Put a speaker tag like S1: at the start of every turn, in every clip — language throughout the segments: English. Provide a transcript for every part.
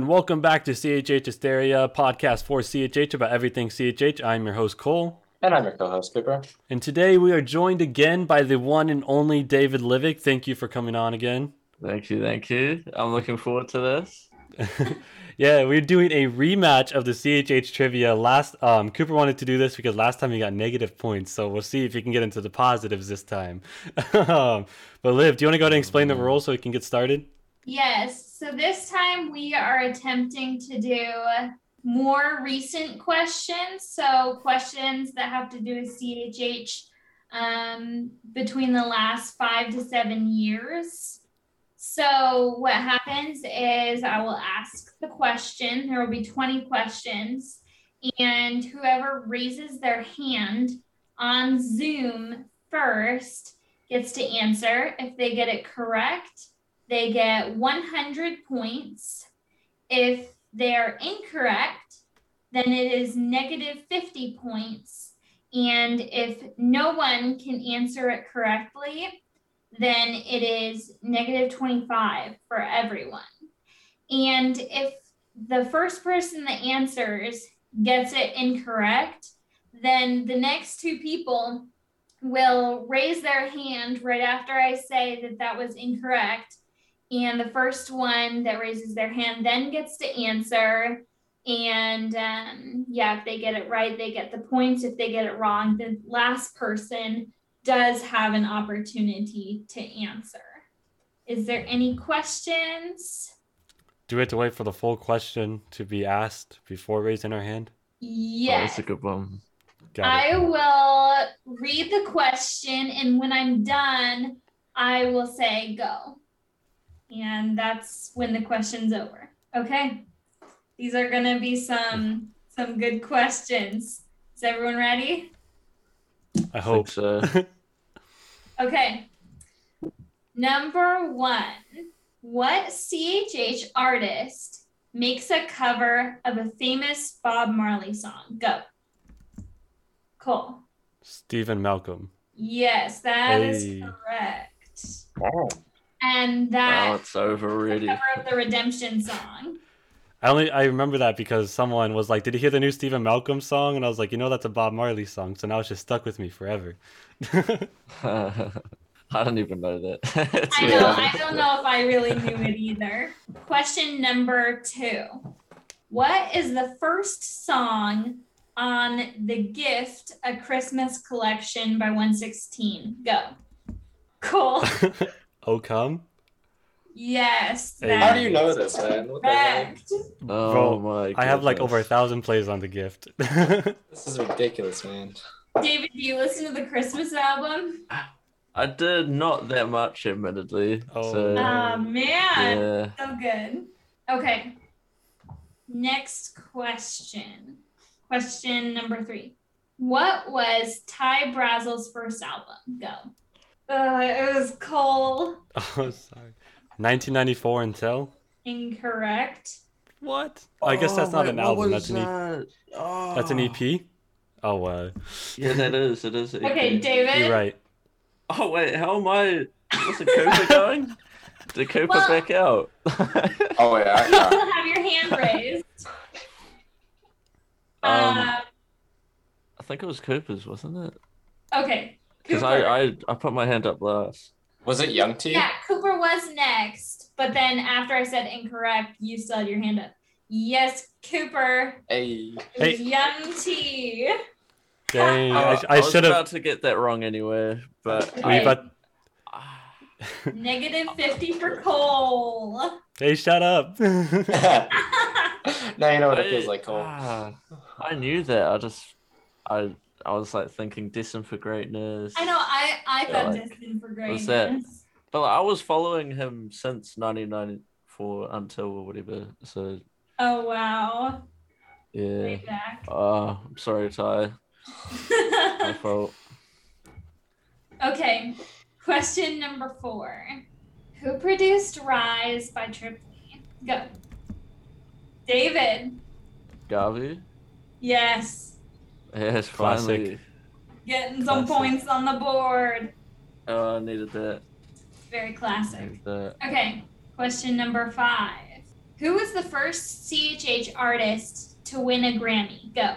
S1: welcome back to CHH Hysteria, podcast for CHH about everything CHH. I'm your host, Cole.
S2: And I'm your co host, Cooper.
S1: And today we are joined again by the one and only David Livick. Thank you for coming on again.
S3: Thank you, thank you. I'm looking forward to this. Oh,
S1: yeah, we're doing a rematch of the CHH trivia. Last um, Cooper wanted to do this because last time he got negative points, so we'll see if he can get into the positives this time. Um, but Liv, do you want to go ahead and explain the rules so we can get started?
S4: Yes. So this time we are attempting to do more recent questions. So questions that have to do with CHH um, between the last five to seven years. So what happens is I will ask the question. There will be 20 questions. And whoever raises their hand on Zoom first gets to answer. If they get it correct, they get 100 points. If they are incorrect, then it is negative 50 points. And if no one can answer it correctly, then it is negative 25 for everyone. And if the first person that answers gets it incorrect, then the next two people will raise their hand right after I say that that was incorrect. And the first one that raises their hand then gets to answer. And um, yeah, if they get it right, they get the points. If they get it wrong, the last person does have an opportunity to answer. Is there any questions?
S1: Do we have to wait for the full question to be asked before raising our hand?
S3: Oh,
S4: Yes.
S3: that's a good one.
S1: Got it.
S4: I will read the question, and when I'm done, I will say go. And that's when the question's over. Okay. These are gonna be some some good questions. Is everyone ready?
S1: I hope.
S3: Think so.
S4: Okay. Number one, what CHH artist makes a cover of a famous Bob Marley song? Go. Cool.
S1: Stephen Malcolm.
S4: Yes, that is
S1: Hey.
S4: correct.
S2: Oh.
S4: And
S3: Oh,
S4: that
S3: it's overrated.
S4: cover of the redemption song.
S1: I only I remember that because someone was like, "Did you hear the new Stephen Malcolm song?" And I was like, "You know, that's a Bob Marley song." So now it's just stuck with me forever.
S3: I don't even know that. It's
S4: I
S2: Yeah.
S4: know,
S3: really-
S4: I don't know if I really knew it either. Question number two. What is the first song on The Gift, a Christmas collection by 116? Go. Cool.
S1: oh come,
S4: Yes.
S1: Hey.
S4: that
S2: How do
S4: is
S2: you know this, man? What the hell?
S4: Correct.
S3: Oh
S1: Bro,
S3: my!
S1: I have like over a
S3: goodness.
S1: thousand plays on the gift. I
S2: This is ridiculous, man.
S4: David, do you listen to the Christmas album?
S3: I did not that much, admittedly.
S1: Oh.
S3: So,
S1: Uh,
S4: Oh, man.
S3: yeah.
S4: So good. Okay. Next question. Question number three. What was Ty Brazel's first album? Go. Uh, it was Cole.
S1: oh sorry. 1994 until
S4: Incorrect.
S1: what? I guess that's
S3: Oh,
S1: not
S3: wait,
S1: an
S3: what
S1: album.
S3: was
S1: That's an e-
S3: that? Oh.
S1: that's an E EP. Oh wow,
S3: Yeah, that is. It is. an
S4: Okay,
S3: EP.
S4: David.
S1: you're right.
S3: Oh wait, how am I? What's the Cooper going? Did Cooper
S4: Well-
S3: back out?
S2: Oh, yeah.
S4: You
S2: yeah.
S4: still have your hand raised.
S3: um,
S4: Uh,
S3: I think it was Cooper's, wasn't it?
S4: okay.
S3: Because I, I I put my hand up last.
S2: Was it Young T?
S4: Yeah, Cooper was next, but then after I said incorrect, you still had your hand up. Yes, Cooper.
S2: Hey.
S4: It
S1: Hey.
S4: was Young T.
S1: Dang,
S3: Uh,
S1: I, I
S3: was
S1: should have.
S3: about to get that wrong anyway, but
S1: Were you
S3: I,
S1: about?
S4: Negative 50 for Cole.
S1: Hey, shut up.
S2: now you know what it
S3: I-
S2: feels like, Cole.
S3: ah, I knew that. I just I I was like thinking Destined for Greatness.
S4: I know, I, I
S3: Yeah,
S4: thought
S3: like,
S4: Destin for
S3: what's that?
S4: greatness.
S3: But like, I was following him since 1994 until or whatever. So
S4: Oh, wow.
S3: yeah.
S4: Way back.
S3: Oh, I'm sorry, Ty. My fault.
S4: okay, question number four Who produced Rise by Triple E? Go. David.
S3: Garvey.
S4: Yes.
S3: Yes,
S1: Classic.
S3: finally.
S4: Getting some
S3: Classic.
S4: points on the board.
S3: Oh, I needed that.
S4: Very classic.
S3: Needed that.
S4: Okay, question number five. Who was the first CHH artist to win a Grammy? Go.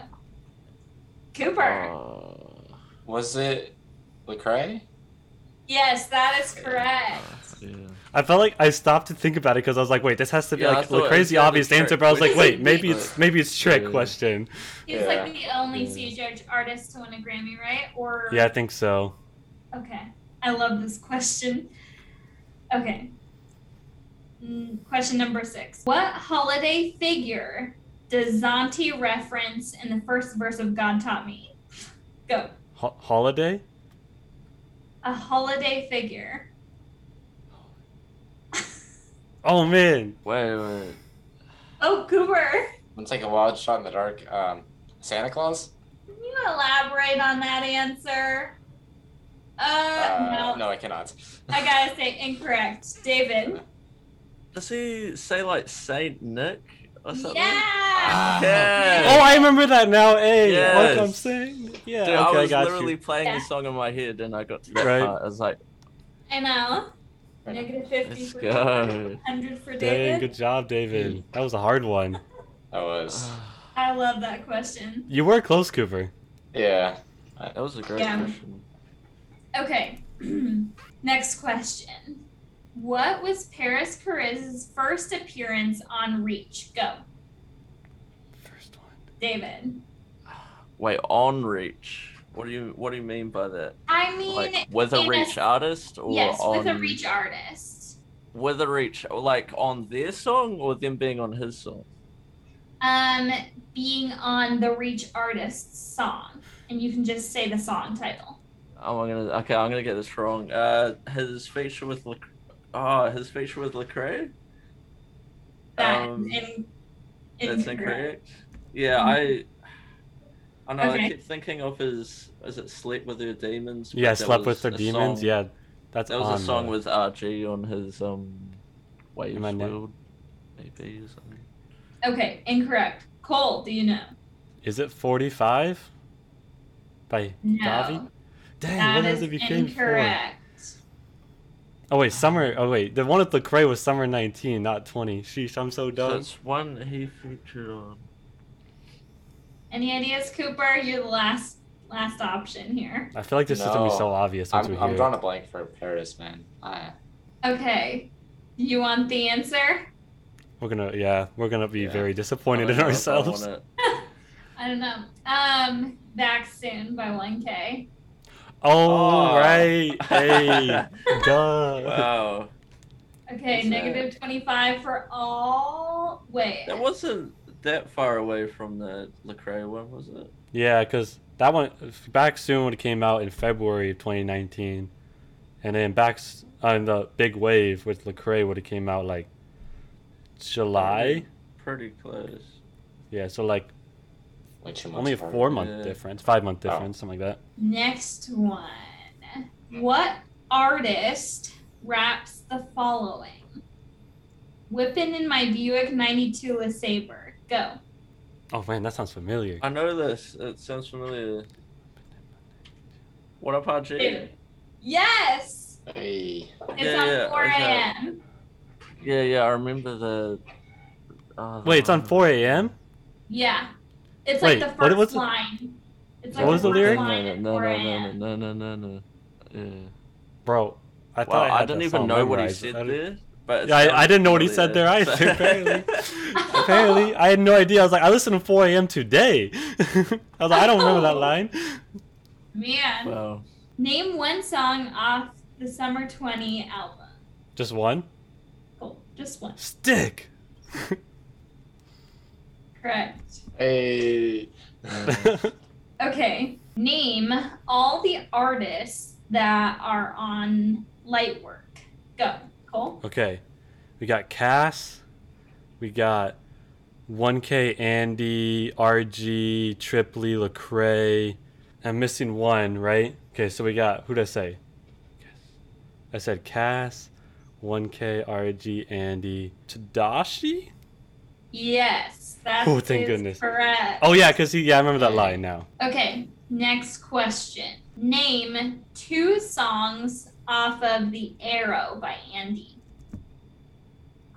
S4: Cooper.
S3: Uh,
S2: Was it Lecrae?
S4: yes, that is correct.
S3: yeah.
S1: I felt like I stopped to think about it because I was like, wait, this has to be
S3: Yeah, I
S1: like
S3: thought
S1: the
S3: it
S1: crazy
S3: was
S1: obvious
S3: trick.
S1: answer, but I was like,
S4: What is it
S1: wait, maybe
S4: mean?
S1: it's maybe it's trick
S3: Yeah.
S1: question.
S4: He's like the only CHH artist to win a Grammy, right? Or
S1: Yeah, I think so.
S4: Okay. I love this question. Okay. Mm, Question number six. What holiday figure does Zanti reference in the first verse of God Taught Me? Go.
S1: Ho- holiday?
S4: A holiday figure.
S1: Oh man,
S3: Wait, wait.
S4: Oh, Cooper,
S2: I'm take a wild shot in the dark. Um, Santa Claus?
S4: can you elaborate on that answer? Uh,
S2: Uh,
S4: no.
S2: no, I cannot.
S4: I gotta say incorrect. David.
S3: Does he say like Saint Nick or something?
S4: Yeah.
S2: Ah,
S3: Yeah.
S1: Oh, I remember that now. Hey,
S3: Yes.
S1: like I'm saying, yeah.
S3: Dude,
S1: okay,
S3: I
S1: I,
S3: was
S1: got
S3: literally
S1: you.
S3: playing the
S4: Yeah.
S3: song in my head and I got to that
S1: Right.
S3: part. I was like,
S4: I know.
S2: I know.
S4: Negative 50
S3: let's
S4: for
S3: go.
S4: 100 for
S1: Dang,
S4: David.
S1: good job, David. That was a hard one.
S2: That was.
S4: I love that question.
S1: You were close, Cooper.
S2: Yeah.
S3: That was a great
S4: Yeah.
S3: question.
S4: Okay. Next question. What was Paris Perez's first appearance on Reach? Go,
S1: First one.
S4: David.
S3: Wait, on reach. What do you What do you mean by that?
S4: I mean,
S3: Like with a
S4: in
S3: reach artist or
S4: yes,
S3: on
S4: with a Reach artist.
S3: with a reach like on their song or them being on his song?
S4: Um, being on the Reach artist's song, and you can just say the song title.
S3: Oh, I'm gonna okay. I'm gonna get this wrong. Uh, his feature with Lac- oh, his feature with Lecrae.
S4: That
S3: Um,
S4: in,
S3: That's incorrect. Yeah, I. I know. I
S4: Okay.
S3: keep thinking of his. Is it "Sleep with Her Demons"? but
S1: Yeah,
S3: that
S1: slept
S3: was
S1: with their
S3: a
S1: demons.
S3: song-
S1: Yeah, that's
S3: that was a
S1: on
S3: song
S1: there.
S3: with RG on his um, Waves
S1: Am I ne-
S3: World, maybe or something.
S4: Okay, incorrect. Cole, do you know?
S1: Is it 45? By
S4: No,
S1: Davi? Dang,
S4: that
S1: what has
S4: is
S1: it became for?
S4: incorrect.
S1: Oh wait, summer. Oh wait, the one with Lecrae was summer 19, not 20. Sheesh, I'm so
S3: So
S1: dumb.
S3: it's one that he featured on.
S4: Any ideas, Cooper? You're the last last option here.
S1: I feel like this is gonna be
S2: No.
S1: so obvious once
S2: I'm,
S1: we
S2: I'm
S1: hear.
S2: drawing
S1: it.
S2: a blank for Paris, man. Ah, I,
S4: Okay. You want the answer?
S1: We're gonna, yeah, we're gonna be
S3: Yeah.
S1: very
S3: I
S1: disappointed
S3: don't
S1: in
S3: know if I
S1: ourselves.
S3: want it.
S4: I don't know. Um, back soon by 1K.
S1: Oh
S3: Oh.
S1: right, hey, duh.
S3: Wow,
S4: Okay,
S3: What's
S4: negative 25 for all. Wait.
S3: that wasn't that far away from the Lecrae one, was it?
S1: Yeah, because that one back soon when it came out in February of 2019, and then back S- on the big wave with Lecrae when it came out like July.
S3: Pretty close.
S1: Yeah, so like
S2: way too much.
S1: only a
S2: for-
S1: four month
S3: Yeah.
S1: difference, five month
S2: Oh.
S1: difference, something like that.
S4: Next one. What artist raps the following? Whippin' in my Buick 92 LeSabre. Go.
S1: Oh man, that sounds familiar.
S3: I know this. It sounds familiar. What up, RG?
S4: Dude. Yes!
S2: Hey.
S4: It's
S3: Yeah,
S4: on
S3: yeah,
S4: 4
S3: okay.
S4: a.m.
S3: Yeah, yeah, I remember the. Oh,
S1: Wait, it's on 4 a.m.
S4: Yeah. It's
S1: Wait,
S4: like the
S1: what
S4: first
S1: was the-
S4: line. It's
S1: What was the
S4: first
S1: lyric?
S4: line
S3: No,
S4: at
S3: no,
S4: 4
S3: no,
S4: a.m..
S3: no, no, no, no, no. Yeah.
S1: bro. I
S3: Well,
S1: thought I,
S3: I,
S1: had
S3: didn't
S1: that
S3: even
S1: song
S3: know what he
S1: memorized.
S3: said
S1: I didn't-
S3: there. But it
S1: Yeah, I- I
S3: sounds
S1: didn't know what he said there
S3: familiar,
S1: either,
S3: so-
S1: apparently. Apparently, I had no idea. I was like, I listened to 4 a.m. today. I was like, I don't remember that line.
S4: Man.
S3: wow.
S4: Name one song off the Summer 20 album.
S1: Just one
S4: Cool. Just one.
S1: stick.
S4: Correct.
S2: Hey.
S4: Okay. Name all the artists that are on Lightwork. Go. Cole?
S1: Okay. We got Cass. We got 1K Andy, RG, Triply, E, Lecrae. I'm missing one, right? Okay, so we got who'd I say? I said Cass, 1K, RG, Andy, Tadashi?
S4: Yes. That's
S1: Oh, thank
S4: is
S1: goodness.
S4: correct.
S1: Oh yeah, cause he yeah, I remember that line now.
S4: Okay. Next question. Name two songs off of The Arrow by Andy.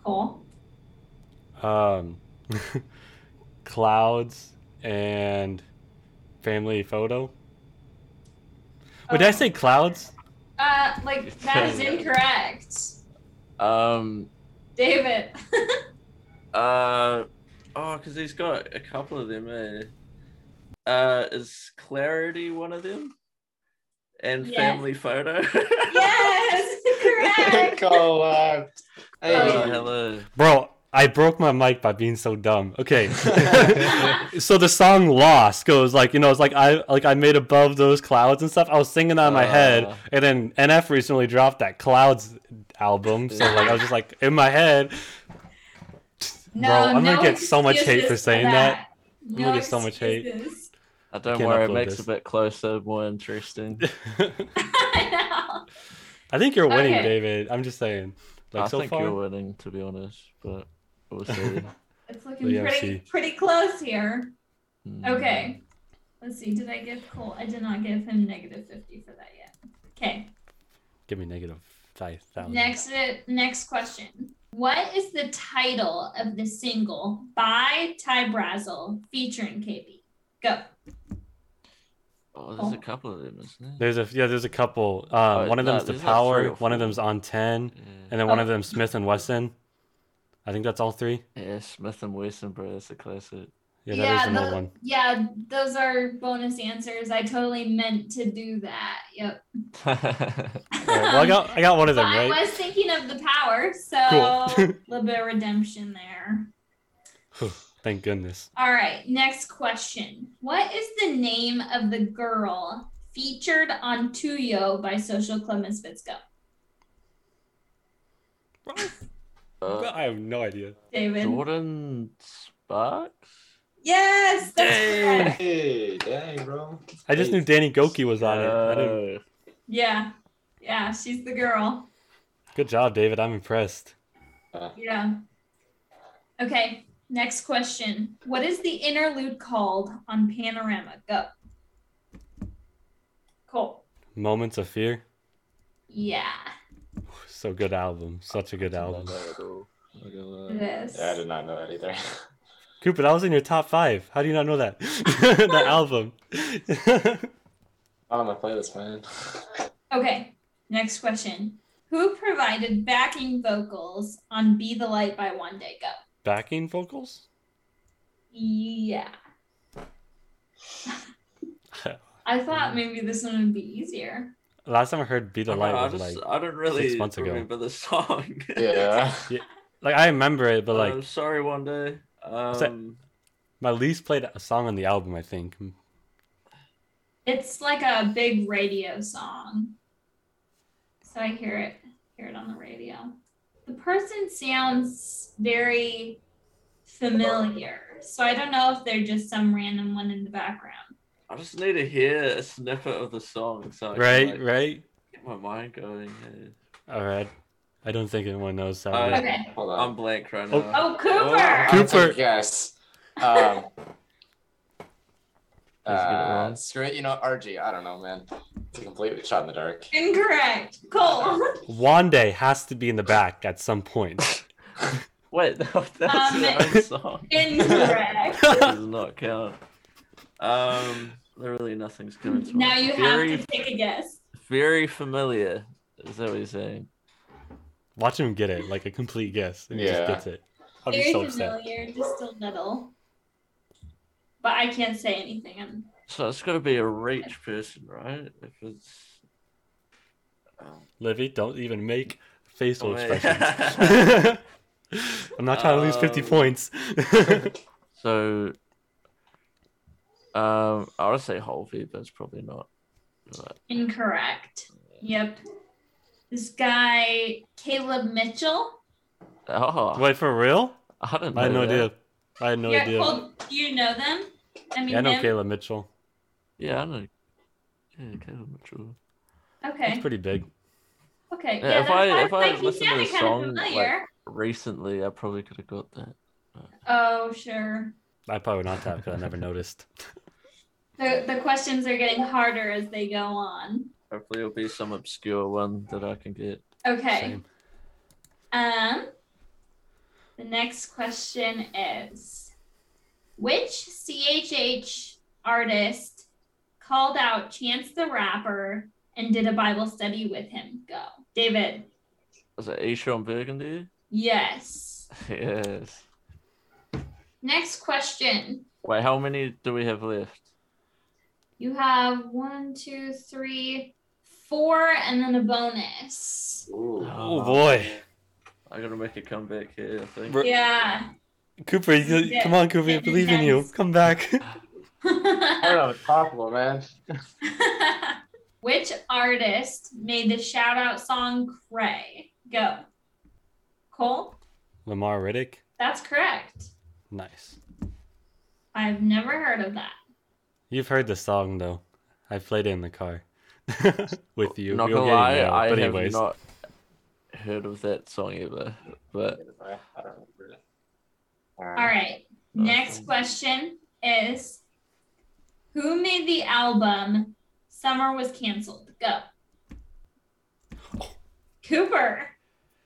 S4: Cole?
S1: um, clouds and family photo. Wait, did I
S4: Oh.
S1: say clouds?
S4: Uh, like that is incorrect,
S3: Um.
S4: David.
S3: Uh. Oh, because he's got a couple of them. Eh? Uh, is clarity one of them? And
S4: Yes.
S3: family photo.
S4: yes, correct.
S2: Go left. Hey.
S3: Oh, hello.
S1: Bro, I broke my mic by being so dumb. Okay. so the song Lost goes like, you know, it's like I like I made above those clouds and stuff. I was singing that in my head
S3: Uh.
S1: and then NF recently dropped that Clouds album. So like I was just like in my head.
S4: No,
S1: Bro, I'm gonna
S4: no
S1: get so much hate for
S4: excuses
S1: saying that.
S4: No
S1: gonna get so much hate.
S4: excuses.
S3: I don't
S1: Can't
S3: worry. It
S1: upload
S3: makes
S1: this.
S3: it a bit closer, more interesting.
S4: I know.
S1: I think you're winning,
S4: Okay.
S1: David. I'm just saying. Like
S3: I
S1: so
S3: think
S1: far.
S3: you're winning, to be honest. But we'll see.
S4: It's looking
S1: The
S4: pretty
S1: UFC.
S4: pretty close here.
S3: Hmm.
S1: Mm-hmm.
S4: Okay. Let's see. Did I give Cole? I did not give him negative 50 for that yet. Okay.
S1: Give me negative five thousand.
S4: Next next question. What is the title of the single by Ty Brazel featuring KB? Go.
S3: Oh, there's a couple of them, isn't there?
S1: There's a yeah, there's a couple. Um,
S3: Oh,
S1: one of
S3: no,
S1: them's the
S3: there's like three
S1: power,
S3: or
S1: one of
S3: four.
S1: them's on ten,
S3: Yeah.
S1: and then one
S4: Oh.
S1: of them's Smith and Wesson. I think that's all three.
S3: yeah, Smith and Wesson, bro. That's a classic.
S1: Yeah, that is another
S4: tho-
S1: one.
S4: yeah, those are bonus answers. I totally meant to do that. Yep.
S3: Uh,
S1: All right, well, I got I got one of
S4: But
S1: them
S4: I
S1: right.
S4: was thinking of the power, so
S1: Cool.
S4: a little bit of redemption there.
S1: Thank goodness.
S4: All right, next question. What is the name of the girl featured on Tuyo by Social Clemens Fitzgo?
S3: Uh,
S1: I have no idea.
S4: David.
S3: Jordan Sparks?
S4: Yes, that's correct.
S2: Hey, dang, bro.
S1: I just knew Danny Goki was on it. I didn't-
S3: Uh,
S4: Yeah. Yeah, she's the girl.
S1: Good job, David. I'm impressed.
S4: Yeah. Okay, next question. What is the interlude called on Panorama? Go. Cool.
S1: Moments of Fear,
S4: Yeah,
S1: so good album, such a good
S3: did not
S1: album.
S3: know at all.
S4: it is.
S2: Yeah, I did not know that either.
S1: Cooper, that was in your top five. How do you not know that? that album.
S2: Not on my playlist, man.
S4: Okay, next question. Who provided backing vocals on Be the Light by One Day Go?
S1: Backing vocals?
S4: Yeah. I thought maybe this one would be easier.
S1: Last time I heard "Be the
S3: I,
S1: Light"
S3: don't know, I
S1: was
S3: just,
S1: like,
S3: I don't really
S1: six months ago.
S3: remember the song.
S2: Yeah.
S1: like I remember it, but like
S3: I'm sorry, one day.
S1: that?
S3: Um,
S1: my least played song on the album, I think.
S4: It's like a big radio song. So I hear it, hear it on the radio. The person sounds very familiar. So I don't know if they're just some random one in the background.
S3: I just need to hear a snippet of the song so I
S1: Right,
S3: can, like,
S1: right.
S3: get my mind going. yeah.
S1: All right. I don't think anyone knows that.
S3: Uh,
S4: Okay.
S2: Hold on.
S3: I'm blank right
S1: Oh.
S3: now.
S4: Oh, Cooper.
S1: Coop-
S2: I'll take
S1: Cooper.
S2: a guess. Um, uh,
S3: wrong?
S2: screw it, you know, RG. I don't know, man. It's a completely shot in the dark.
S4: Incorrect. Cole.
S1: Wande has to be in the back at some point.
S3: Wait, no, that's
S4: Um,
S3: the own song.
S4: Incorrect.
S3: does not count. Um, literally nothing's coming to mind.
S4: now you have
S3: very,
S4: to take a guess.
S3: Very familiar. Is that what you're saying?
S1: Watch him get it, like a complete guess, and he
S2: Yeah.
S1: just gets it. I'll be
S4: Very
S1: so upset.
S4: familiar, just a little. But I can't say anything. I'm
S3: So it's got to be a reach person, right? If it's um,
S1: Livy, don't even make facial
S3: Oh, wait.
S1: expressions. I'm not trying to lose 50
S3: Um,
S1: points.
S3: so, um, I would say Holvey, but it's probably not. Right.
S4: Incorrect. Yep. This guy, Caleb Mitchell.
S3: Oh,
S1: Wait, for real?
S3: I don't know.
S1: I had no
S3: that.
S1: idea. I had no
S4: You're-
S1: idea.
S4: well, do you know them? I mean,
S1: yeah, I know
S4: them?
S1: Kayla Mitchell.
S3: Yeah, I know. Yeah, Caleb Mitchell.
S1: That's
S4: Okay.
S1: pretty big.
S4: Okay.
S3: Yeah,
S4: Yeah,
S3: if
S4: that's
S3: I-
S4: why
S3: if
S4: was
S3: I
S4: like, he
S3: listened to
S4: sounded
S3: the
S4: kind
S3: song,
S4: of
S3: like-
S4: familiar.
S3: Recently, I probably could have got that.
S4: Oh, sure.
S1: I probably would not have because I never noticed.
S4: The, the questions are getting harder as they go on.
S3: Hopefully, it'll be some obscure one that I can get.
S4: Okay.
S1: Same.
S4: Um, The next question is Which CHH artist called out Chance the Rapper and did a Bible study with him? Go. David.
S3: Was it Aishon Burgundy?
S4: Yes.
S3: Yes.
S4: Next question.
S3: Wait, how many do we have left?
S4: You have one, two, three, four, and then a bonus.
S2: Ooh.
S1: Oh,
S3: Um,
S1: boy,
S3: I gotta make a comeback here, I think.
S1: Bro-
S4: Yeah.
S1: Cooper! You,
S4: Yeah,
S1: Come on, Cooper! I
S4: yeah,
S1: believe in you.
S4: nice.
S1: Come back.
S2: I don't know, possible, man.
S4: Which artist made the shout out song Cray? Go. Cole?
S1: Lamar Riddick.
S4: That's correct.
S1: Nice.
S4: I've never heard of that.
S1: You've heard the song though. I played it in the car with you.
S3: Oh, Not
S1: You were
S3: gonna
S1: getting
S3: lie,
S1: yelled,
S3: I
S1: but
S3: have
S1: anyways.
S3: not heard of that song ever. But
S2: I don't remember it. Uh,
S4: All right. Next
S3: Awesome.
S4: question is Who made the album Summer Was Cancelled? Go. Cooper.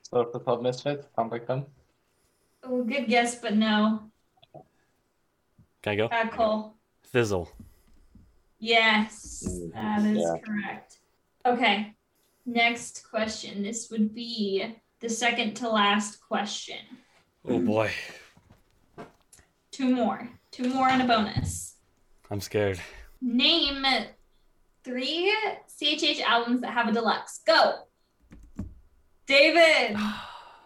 S2: So it's the Club Misfits, sounds like them.
S4: Oh, good guess, but no.
S1: Can I go?
S4: Uh, Cole.
S1: Fizzle.
S4: Yes,
S3: Mm-hmm.
S2: Mhm.
S4: that is
S2: Yeah.
S4: correct. Okay, next question. This would be the second to last question.
S1: Oh boy,
S4: Two more, two more, and a bonus.
S1: I'm scared.
S4: Name three CHH albums that have a deluxe. Go, David.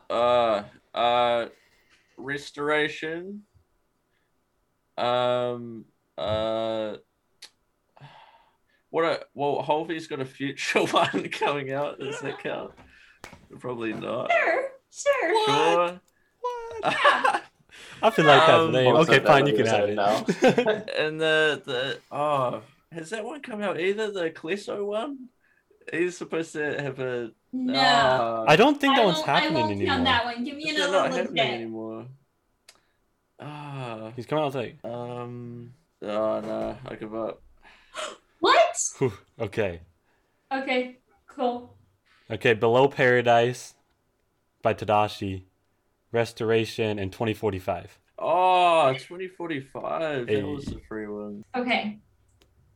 S3: uh uh restoration. Um uh what a well Holvey's got a future one coming out, does that count? Probably not.
S4: Sure, sure.
S3: Sure.
S1: I feel like
S3: Um,
S1: that's lame.
S2: also
S1: Okay,
S2: that
S1: fine, you can
S2: was
S1: have
S2: a
S1: it.
S3: and the the oh has that one come out either the Clesso one? He's supposed to have a
S4: No,
S3: Ah,
S1: I don't think
S4: I
S1: that one's
S4: won't- I
S1: happening
S4: won't count
S1: anymore.
S4: that one. Give me
S3: they're
S4: another
S3: not
S4: legit.
S3: happening anymore. Ah,
S1: He's coming out like,
S3: um, oh no, I give up.
S4: What?
S1: whew, okay,
S4: Okay, cool.
S1: okay. Below Paradise by Tadashi, Restoration, and 2045.
S3: Oh, 2045.
S1: Hey.
S3: That was the free one.
S4: Okay.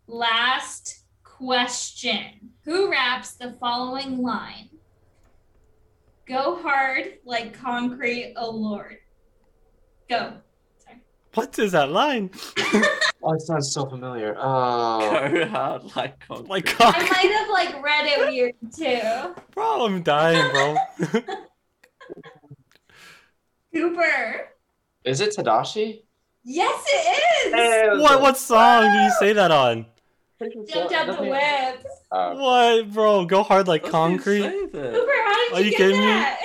S4: Last question. Who raps the following line? Go hard like concrete, oh Lord. Go.
S1: What is that line?
S2: Oh, it sounds so familiar. Oh,
S3: Go hard like concrete.
S1: My
S4: I
S1: God,
S4: might have like read it weird too.
S1: bro, I'm dying, bro.
S4: Cooper.
S2: is it Tadashi?
S4: Yes, it is.
S1: what what song do you say that on?
S4: Jumped out the web.
S2: Uh,
S1: What, bro? Go hard like
S3: Doesn't
S1: concrete.
S3: say that.
S4: Cooper, how did
S1: Are
S4: you,
S1: you
S4: get
S1: kidding me?
S4: that?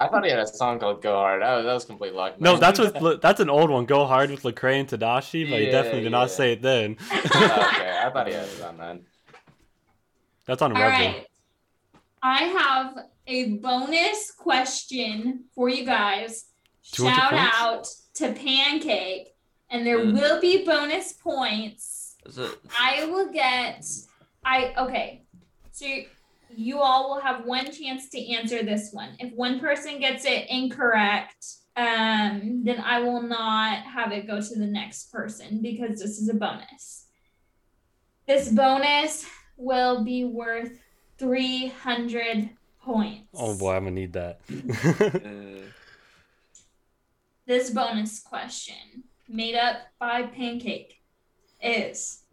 S2: I thought he had a song called Go Hard. That was, that was complete luck.
S1: No,
S2: man.
S1: that's with that's an old one. Go hard with Lecrae and Tadashi, but you
S2: Yeah,
S1: definitely did not
S2: yeah.
S1: say it then.
S2: okay, I thought he had it on then.
S1: That's on
S4: All
S1: Rebel.
S4: right. I have a bonus question for you guys.
S1: 200
S4: Shout
S1: points? Hmm.
S4: out to Pancake, and there
S3: Mm.
S4: will be bonus points.
S3: Is it?
S4: I will get. I okay. So you all will have one chance to answer this one. If one person gets it incorrect, um, then I will not have it go to the next person because this is a bonus. This bonus will be worth 300 points.
S1: Oh boy, I'm gonna need that.
S3: Uh,
S4: This bonus question, made up by Pancake, is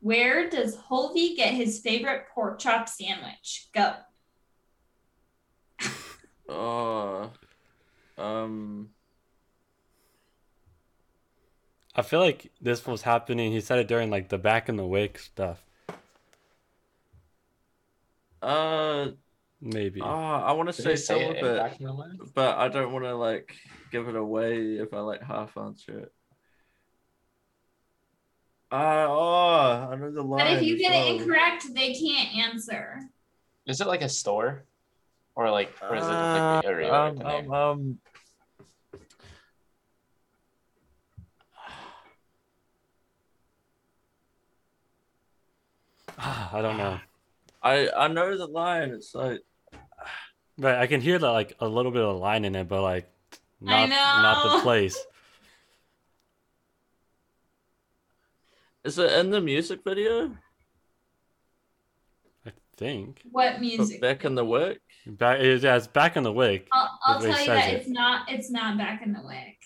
S4: Where does Holvey get his favorite pork chop sandwich? Go.
S3: oh, um,
S1: I feel like this was happening. He said it during like the back in the wake stuff.
S3: uh,
S1: Maybe.
S3: oh,
S4: Ah.
S3: I want to
S2: Did
S3: say
S2: he say
S3: some
S2: it
S3: of
S2: in
S3: it.
S2: Back in the Web?
S3: but I don't want to like give it away if I like half answer it. Uh, oh, I know the line.
S4: But if you
S3: as
S4: get
S3: well.
S4: it incorrect, they can't answer.
S2: Is it like a store? Or like, or is it
S3: Uh,
S2: like a regular
S3: um,
S2: name?
S3: um, um,
S1: Ah, I don't know.
S3: I I know the line. It's like
S1: Right, I can hear that like a little bit of line in it, but like Not, not the
S4: know.
S1: place.
S3: Is it in the music video?
S1: I think.
S4: What
S3: Put
S4: music?
S3: Back in the work?
S1: Back, it has back in the wick.
S4: I'll, I'll
S1: Everybody
S4: tell you that
S1: says it.
S4: it's not. It's not back in the wick.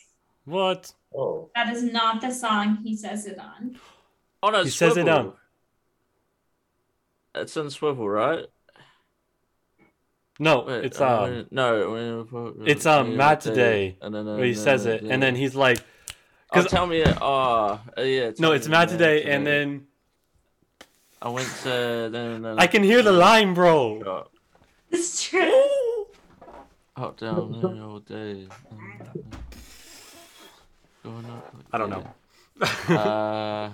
S1: What?
S2: Oh.
S4: That is not the song he says it on.
S3: Oh no,
S1: He
S3: it's
S1: says it um,
S3: Swivel.
S1: on-
S3: It's in Swivel, right?
S1: No,
S3: Wait,
S1: it's
S3: uh,
S1: um.
S3: when- no, when-
S1: it's, um,
S3: yeah,
S1: Matt
S3: okay.
S1: Today,
S3: And then,
S1: where he says it, and then he's like,
S3: oh,
S1: 'cause-
S3: tell me it. Oh, uh, yeah.
S1: "No,
S3: tell me
S1: it's Matt today,"
S3: Today.
S1: and then
S3: I went to then, then, then
S1: I can hear the line, bro.
S3: Shot.
S4: It's true.
S3: Up down there all day. Going up.
S1: I don't know.
S3: Uh,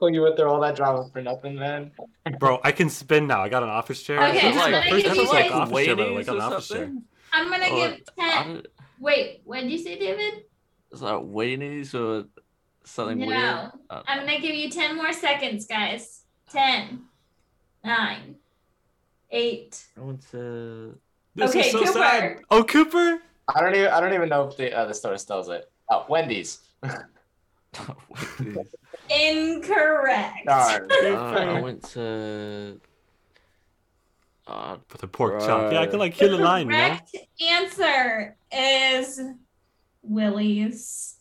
S2: Cool, you went through all that drama for nothing, man.
S1: Bro, I can spin now. I got an office chair.
S4: Okay,
S1: It's
S4: so
S1: like-
S4: like,
S1: first
S4: if
S1: it's
S4: you
S1: like
S4: guys-
S1: office chair, but like
S3: Waities
S1: an
S3: or
S1: office chair.
S3: something?
S4: I'm gonna
S3: Or-
S4: give
S3: I
S4: ten.
S3: don't-
S4: Wait, what did you say, David?
S3: It's like weenies or something
S4: No.
S3: weird. Uh,
S4: I'm gonna give you ten more seconds, guys. Ten, nine, eight.
S3: I went to.
S1: This
S4: Okay,
S1: is so
S4: Cooper.
S1: sad. Oh, Cooper.
S2: I don't even I don't even know if the uh, the store sells it. Oh, Wendy's.
S3: Wendy's.
S4: Incorrect.
S2: Darn.
S3: Uh, I went to. Uh,
S1: For the pork chop. Yeah, I can
S3: Right.
S1: like
S4: The
S1: hear the line, you know?
S4: correct answer is Willie's.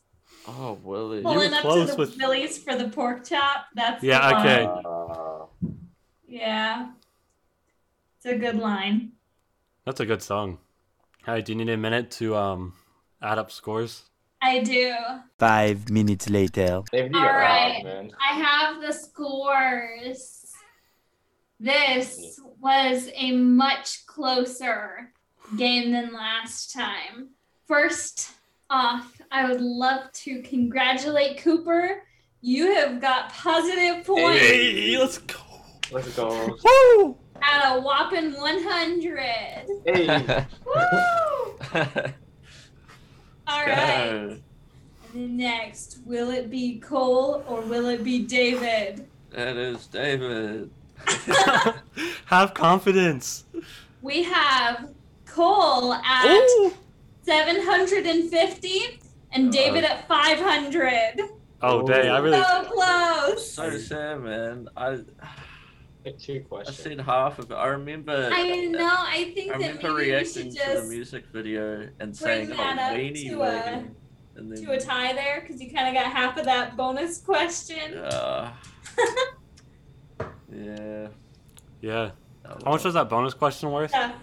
S3: oh, Willie.
S1: Well,
S4: Pulling
S1: were
S4: up to
S1: close
S4: the
S1: with-
S4: Willie's for the pork chop. That's the
S1: Yeah,
S4: one.
S1: okay.
S2: Uh,
S4: Yeah, it's a good line.
S1: That's a good song. All right, do you need a minute to um add up scores?
S4: I do.
S5: Five minutes later.
S2: David, you
S4: All
S2: got
S4: right.
S2: robbed, man.
S4: I have the scores. This was a much closer game than last time. First off, I would love to congratulate Cooper. You have got positive points
S1: Hey, let's go.
S2: Let's go.
S1: Woo!
S4: at a whopping 100.
S2: hey.
S4: Woo! All right.
S3: Go.
S4: And then next, will it be Cole or will it be David?
S3: That is David.
S1: Have confidence.
S4: We have Cole at.
S1: Ooh.
S4: 750 and David at 500.
S1: Oh, dang. Uh-huh. I really.
S4: So close.
S3: So sad, man. I
S2: Two
S3: I
S2: questions.
S3: seen half of it. I remember.
S4: I know. I think
S3: I
S4: that
S3: remember
S4: maybe we should
S3: reacting to the
S4: just
S3: music video and saying, "Oh,
S4: that up
S3: weenie,
S4: to a-
S3: weenie," and
S4: do a tie there because you kind of got half of that bonus question.
S3: Uh, yeah.
S1: Yeah.
S3: that
S1: How much was
S3: was-
S1: that bonus question worth?
S4: Yeah.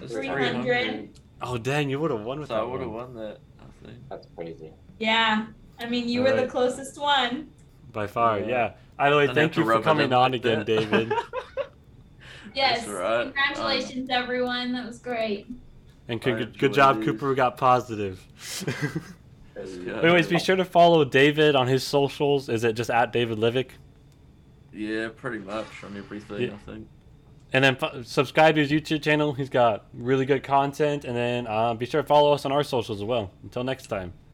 S3: It's
S4: 300.
S3: 300,
S1: Oh, dang. You would have won with
S3: So I
S1: that.
S3: would have
S1: One.
S3: won that. I think.
S2: That's crazy.
S4: yeah. I mean, you were the
S1: Alright.
S4: closest one.
S1: By far,
S3: Yeah.
S1: yeah. By the way,
S3: I'd have
S1: thank
S3: to
S1: you
S3: rub
S1: for
S3: it
S1: coming
S3: in
S1: on
S3: like
S1: again,
S3: that.
S1: David.
S4: Yes.
S3: right.
S4: Congratulations, everyone. That was great.
S1: And good, good
S3: enjoyed
S1: job,
S3: these.
S1: Cooper we got positive.
S3: Yeah.
S1: Anyways, be sure to follow David on his socials. Is it just at David Livick?
S3: yeah, pretty much on everything.
S1: Yeah.
S3: I think.
S1: And then f- subscribe to his YouTube channel. He's got really good content. And then uh, be sure to follow us on our socials as well. Until next time.